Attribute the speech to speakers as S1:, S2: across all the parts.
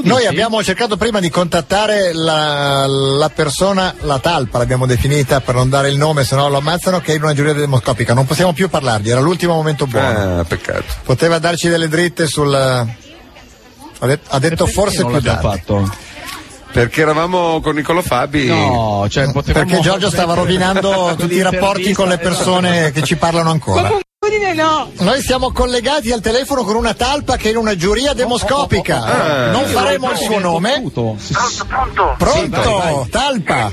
S1: Noi abbiamo cercato prima di contattare la, la persona, la talpa l'abbiamo definita per non dare il nome, se no lo ammazzano, che è in una giuria demoscopica. Non possiamo più parlargli, era l'ultimo momento
S2: Eh.
S1: buono.
S3: Ah, peccato.
S1: Poteva darci delle dritte sul. Ha, det- ha detto forse
S2: non
S1: più
S2: l'abbiamo
S1: tardi.
S2: fatto.
S3: Perché eravamo con Niccolo Fabi.
S2: No, cioè potevamo
S1: Perché Giorgio stava rovinando tutti i rapporti con le
S2: esatto.
S1: persone che ci parlano ancora.
S4: Comunque no.
S1: Noi siamo collegati al telefono con una talpa che è in una giuria demoscopica.
S3: Eh.
S1: Non faremo il suo nome.
S2: Tutto. Sì,
S5: Pronto, pronto?
S1: Pronto, talpa.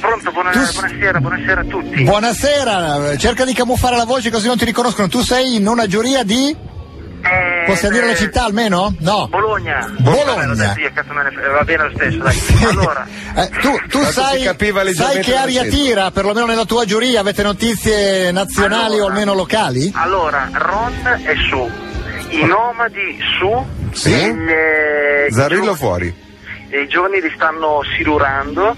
S5: Pronto, buona-
S1: Tu s-
S5: buonasera, buonasera a tutti.
S1: Buonasera, cerca di camuffare la voce così non ti riconoscono. Tu sei in una giuria di.
S5: Eh,
S1: Possiamo dire la
S5: eh,
S1: città almeno? No.
S5: Bologna.
S1: Bologna.
S5: Vabbè, l'ho detto io, cazzo me ne frega, va bene lo stesso, dai. Allora,
S1: Eh, tu tu
S3: Tanto
S1: sai,
S3: si capiva
S1: sai
S3: leggermente
S1: che aria
S3: l'accento.
S1: tira, perlomeno nella tua giuria, avete notizie nazionali o
S5: Allora.
S1: almeno locali?
S5: allora, Ron è su, i nomadi su,
S3: Sì?
S5: il, eh, i
S3: Zarillo
S5: giovani-
S3: fuori.
S5: e I giovani li stanno silurando,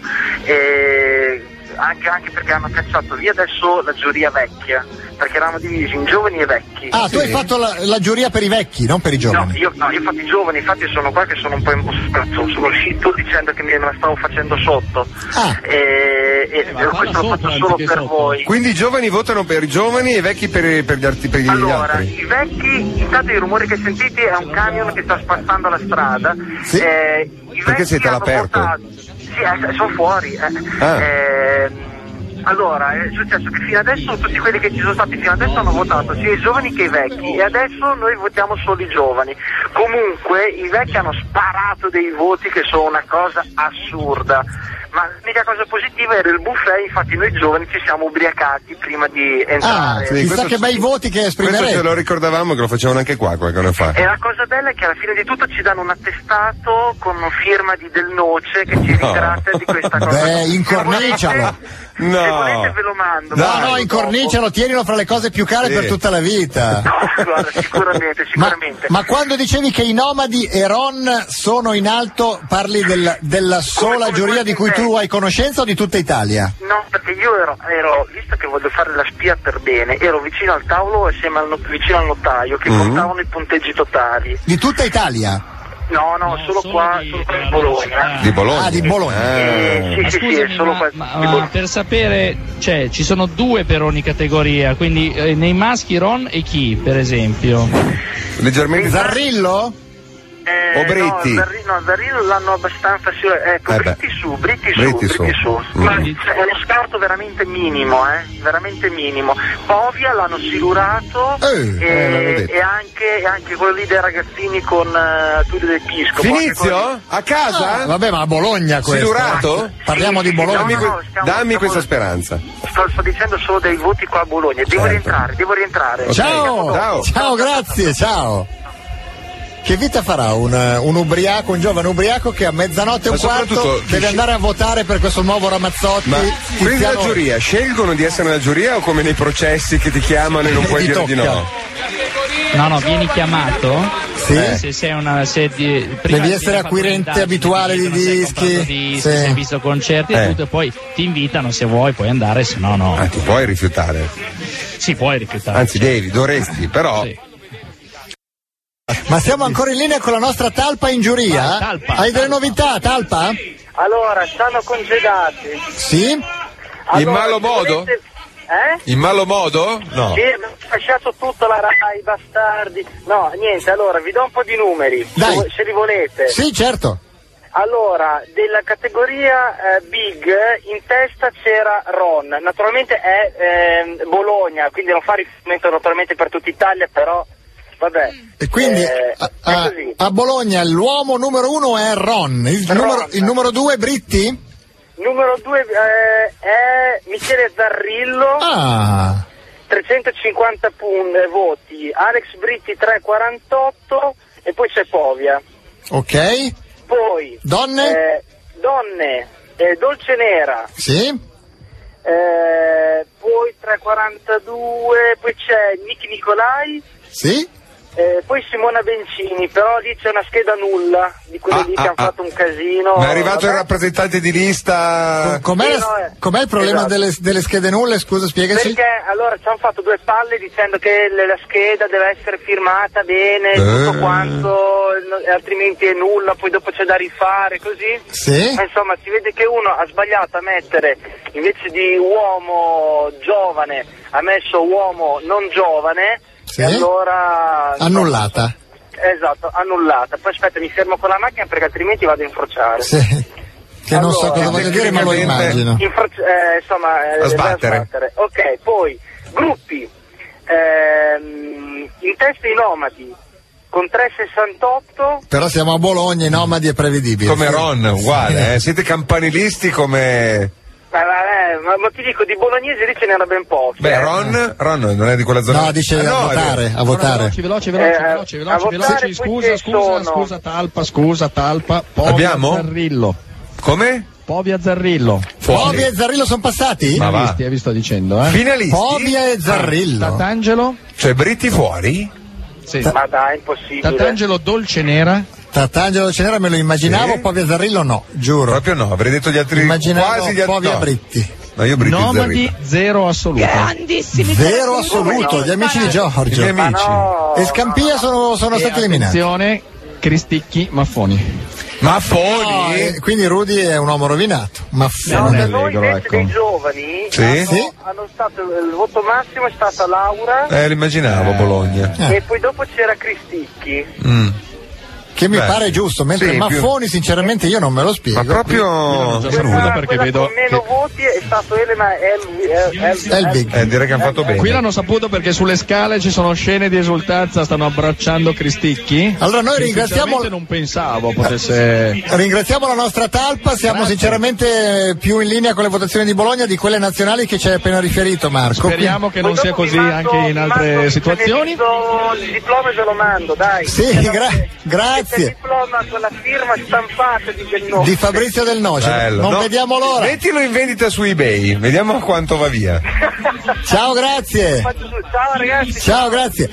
S5: eh, anche, anche perché hanno cacciato via adesso la giuria vecchia, perché eravamo divisi in giovani e vecchi.
S1: Ah, tu
S3: Sì.
S1: hai fatto la, la giuria per i vecchi, non per i
S5: No,
S1: giovani.
S5: io, no, io infatti giovane, infatti sono qua che sono un po' impostato, sono uscito dicendo che me la stavo facendo sotto.
S1: Ah.
S5: E, e-
S2: Eh, ma parla
S5: questo lo
S2: sopra
S5: faccio solo per
S2: anziché sotto.
S5: voi.
S3: Quindi i giovani votano per i giovani e i vecchi per, per gli, arti- per gli
S5: Allora,
S3: altri.
S5: i vecchi, intanto i rumori che sentite è un camion che sta spazzando la strada.
S1: Sì?
S5: Eh, i
S3: Perché
S5: vecchi
S3: siete
S5: hanno
S3: all'aperto?
S5: portato- Sì, eh, sono fuori. eh.
S3: Ah.
S5: Eh, allora, è successo che fino adesso tutti quelli che ci sono stati fino adesso hanno votato sia i giovani che i vecchi e adesso noi votiamo solo i giovani. Comunque i vecchi hanno sparato dei voti che sono una cosa assurda. Ma l'unica cosa positiva era il buffet, infatti noi giovani ci siamo ubriacati prima di
S1: Ah,
S5: entrare.
S3: sì,
S1: chissà
S3: questo-
S1: che bei voti che
S3: Questo ce lo
S1: esprimerete.
S3: ricordavamo che lo facevano anche qua qualche anno fa.
S5: E la cosa bella è che alla fine di tutto ci danno un attestato con firma di Del Noce che ci
S3: No.
S5: ringrazia di questa cosa.
S1: Beh,
S5: Se
S1: incornicialo.
S5: volete- Se
S3: No.
S5: volete ve lo mando.
S1: No,
S3: Dai,
S1: no, in cornice lo tienilo fra le cose più care
S3: Sì.
S1: per tutta la vita.
S5: No, guarda, sicuramente,
S1: Ma,
S5: sicuramente.
S1: ma quando dicevi che i nomadi e Ron sono in alto, parli del- della sola
S5: come
S1: giuria di cui tu
S5: coincidente.
S1: hai conoscenza o di tutta Italia?
S5: No, perché io ero, ero- visto che voglio fare la spia per bene, ero vicino al tavolo assieme al, no- vicino al notaio che
S1: Mm-hmm.
S5: contavano i punteggi totali.
S1: Di tutta Italia.
S5: No, no, solo,
S6: solo
S5: qua,
S6: di-
S5: solo qua in
S6: della
S5: Bologna.
S6: nostra-
S3: Di Bologna.
S1: Ah, di Bologna.
S5: Eh, sì,
S6: Ma
S5: sì, sì, è
S6: scusami,
S5: solo
S6: ma-
S5: qua
S6: ma-
S5: di
S6: ma
S5: Bologna.
S6: per sapere, cioè, ci sono due per ogni categoria, quindi eh, nei maschi Ron e chi, per esempio?
S3: Leggermente.
S1: Esatto. Zarrillo?
S5: Eh,
S3: O Britti?
S5: No, Zarri- no, Zarrillo l'hanno abbastanza. sì, Ecco,
S3: Eh beh.
S5: Britti su, Britti su,
S3: Britti
S5: Britti
S3: su.
S5: su.
S3: Mm.
S5: Ma cioè, è uno scarto veramente minimo, eh? Veramente minimo. Povia l'hanno silurato
S1: Eh,
S5: e,
S3: eh, l'avevo detto.
S5: e anche, e anche quello lì dei ragazzini con eh, Tullio del Pisco. Porca
S3: Finizio? A casa?
S1: Ah, vabbè, ma a Bologna questo. eh.
S3: Silurato?
S1: Parliamo di Bologna.
S3: Dammi,
S5: No, no,
S3: que-
S5: stiamo-
S3: dammi
S5: stiamo-
S3: questa speranza.
S5: cosa- Sto, sto dicendo solo dei voti qua a Bologna. Devo
S3: Certo.
S5: rientrare, devo rientrare.
S1: Ciao!
S3: Ciao.
S1: grazie, ciao! Che vita farà un, eh, un ubriaco, un giovane ubriaco che a mezzanotte e un
S3: Ma
S1: quarto
S3: soprattutto-
S1: deve andare a votare per questo nuovo Ramazzotti?
S3: Ma quindi la
S1: Tiziano-
S3: giuria, scelgono di essere nella giuria o come nei processi che ti chiamano e non
S1: E
S3: puoi
S1: ti
S3: dire di
S1: tocca.
S3: no?
S6: No, no, vieni chiamato.
S1: Sì.
S6: Eh, Se sei una, se di- prima
S1: Devi
S6: viene
S1: essere
S6: fatto
S1: acquirente
S6: un'indagine,
S1: abituale di
S6: ti dicono se hai
S1: dischi.
S6: comprato dischi,
S1: Sì.
S6: Se hai visto concerti
S3: Eh.
S6: e tutto, e poi ti invitano se vuoi, puoi andare, se no, no.
S1: Eh.
S3: Ah, ti puoi rifiutare.
S6: Si, puoi rifiutare.
S3: Anzi, devi, dovresti, però.
S6: Sì.
S1: Ma siamo ancora in linea con la nostra talpa in giuria?
S3: Ah,
S6: Vai, Talpa,
S1: Hai delle
S6: Talpa.
S1: novità, talpa?
S5: Allora, stanno congedati.
S1: Sì?
S5: Eh.
S3: In malo
S5: se
S3: modo?
S5: volete- Eh?
S3: In malo modo?
S1: Ah.
S3: No.
S5: Sì, abbiamo lasciato tutta la RAI, bastardi. No, niente, allora vi do un po' di numeri,
S1: Dai.
S5: se vo- se li volete.
S1: Sì, certo.
S5: Allora, della categoria eh, Big, in testa c'era Ron. Naturalmente è ehm, Bologna, quindi non fa riferimento naturalmente per tutta Italia, però vabbè.
S1: E quindi ah,
S5: Eh,
S1: a,
S5: è
S1: a-
S5: così.
S1: a Bologna l'uomo numero uno è Ron, il,
S5: Ron.
S1: Numero, il numero due è Britti?
S5: Numero due eh, è Michele Zarrillo.
S1: Ah,
S5: 350 pun- eh, voti, Alex Britti 348 e poi c'è Povia.
S1: ok.
S5: Poi
S1: Donne?
S5: eh, donne, eh, Dolce Nera,
S1: Sì?
S5: eh, poi 342, poi c'è Nick Nicolai
S1: Sì?
S5: Eh, poi Simona Bencini, però lì c'è una scheda nulla di quelli
S3: Ah,
S5: lì
S3: ah,
S5: che hanno
S3: ah.
S5: fatto un casino.
S3: Ma è arrivato il
S5: Vabbè.
S3: rappresentante di lista.
S1: Com'è,
S5: sì,
S1: la-
S5: no, eh.
S1: com'è il problema
S5: Esatto.
S1: delle, delle schede nulle? Scusa, spiegaci.
S5: Perché allora ci hanno fatto due palle dicendo che le- la scheda deve essere firmata bene, tutto
S3: Eh.
S5: quanto, no- altrimenti è nulla, poi dopo c'è da rifare, così.
S1: Sì?
S5: Ma Eh, insomma si vede che uno ha sbagliato a mettere, invece di uomo giovane, ha messo uomo non giovane,
S1: Sì.
S5: e allora...
S1: Annullata.
S5: Esatto, annullata. Poi aspetta, mi fermo con la macchina perché altrimenti vado a infrociare.
S1: Sì. Che non so
S5: Allora,
S1: cosa voglia dire, ma lo
S3: tecnicamente-
S1: immagino.
S5: Infra- eh, insomma, eh,
S3: A sbattere.
S5: da Ok, poi gruppi. Ehm, in testa i nomadi con 3,68.
S1: Però siamo a Bologna, i nomadi è prevedibile.
S3: Come
S1: Sì.
S3: Ron, uguale, eh. siete campanilisti come.
S5: Ma, ma- eh, ma- ma ti dico, di bolognese lì ce n'era ben pochi.
S3: Beh,
S5: eh.
S3: Ron, Ron non è di quella zona.
S1: No, dice
S3: Ah,
S1: a
S3: no, è vero.
S1: votare, a votare.
S6: Veloci, veloci, veloci,
S5: Eh,
S6: veloci,
S5: a
S6: veloci,
S5: votare
S6: veloci.
S5: poi
S6: Scusa,
S5: ci sono.
S6: scusa, scusa, talpa, scusa, talpa. Povia
S3: Abbiamo?
S6: Zarrillo.
S3: Come?
S6: Povia Zarrillo.
S1: Povia e Zarrillo sono passati?
S3: Ma Ah, va.
S6: Finalisti, eh, vi sto dicendo, eh.
S3: Finalisti? Ah,
S1: Povia e Zarrillo.
S6: Tatangelo?
S3: Cioè, Britti fuori?
S6: Sì.
S5: Ma dai, impossibile.
S6: Tatangelo Dolce Nera?
S1: Tartangelo Cenera me lo immaginavo,
S3: Sì.
S1: Povia e Zarrillo no, giuro.
S3: Proprio no, avrei detto gli altri.
S1: Immaginavo
S3: quasi gli altri.
S1: Povia
S3: no.
S1: Britti.
S3: No, io Britti
S6: Nomadi
S3: Zarrillo.
S6: zero assoluto.
S2: Grandissimi.
S1: Vero
S2: Come
S1: assoluto,
S2: no?
S1: gli amici di
S3: I miei
S1: Giorgio.
S5: Ma
S3: amici.
S5: no,
S1: E Scampia sono, sono
S6: E
S1: stati eliminati.
S6: Attenzione, Cristicchi Maffoni.
S3: Ma
S1: No,
S3: Foni?
S1: eh, quindi Rudy è un uomo rovinato. Ma f-
S5: No,
S6: Non
S5: da
S6: è
S5: noi
S6: allegro,
S5: invece
S6: ecco.
S5: dei giovani
S3: Sì?
S5: hanno,
S1: Sì.
S5: hanno stato eh, il voto massimo è stata Laura
S3: Eh, l'immaginavo, Bologna.
S1: Eh.
S5: e poi dopo c'era Cristicchi.
S3: Mm.
S1: che mi
S3: Beh.
S1: pare giusto, mentre
S3: Sì,
S1: Maffoni sinceramente io non me lo spiego.
S3: Ma proprio.
S6: Io non
S5: Quella-
S6: perché
S5: quella
S6: vedo
S5: con meno
S6: che-
S5: voti è stato Elena El- El- El-
S1: Elbig.
S3: Eh, direi che hanno fatto
S6: Qui
S3: bene.
S6: l'hanno saputo perché sulle scale ci sono scene di esultanza, stanno abbracciando Cristicchi.
S1: Allora noi
S6: Che
S1: ringraziamo,
S6: sinceramente non pensavo potesse
S1: ringraziamo la nostra talpa, siamo
S6: Grazie.
S1: sinceramente più in linea con le votazioni di Bologna di quelle nazionali che ci hai appena riferito Marco.
S6: Speriamo che non
S5: Poi
S6: sia
S5: dopo vi
S6: così
S5: mando-
S6: anche in
S5: vi mando
S6: altre
S5: il
S6: situazioni.
S5: benedetto- Il diploma e ve lo mando, dai.
S1: Sì,
S5: Eh, no,
S1: gra-
S5: se-
S1: grazie.
S5: se c'è Il diploma con la firma stampata di Del
S1: Quindi-
S5: Noce.
S1: Di Fabrizio Del Noce,
S3: Bello.
S1: non
S3: No,
S1: vediamo l'ora.
S3: Mettilo in vendita su eBay, vediamo a quanto va via.
S1: Ciao, grazie.
S5: Faccio su- Ciao ragazzi.
S1: Ciao, grazie.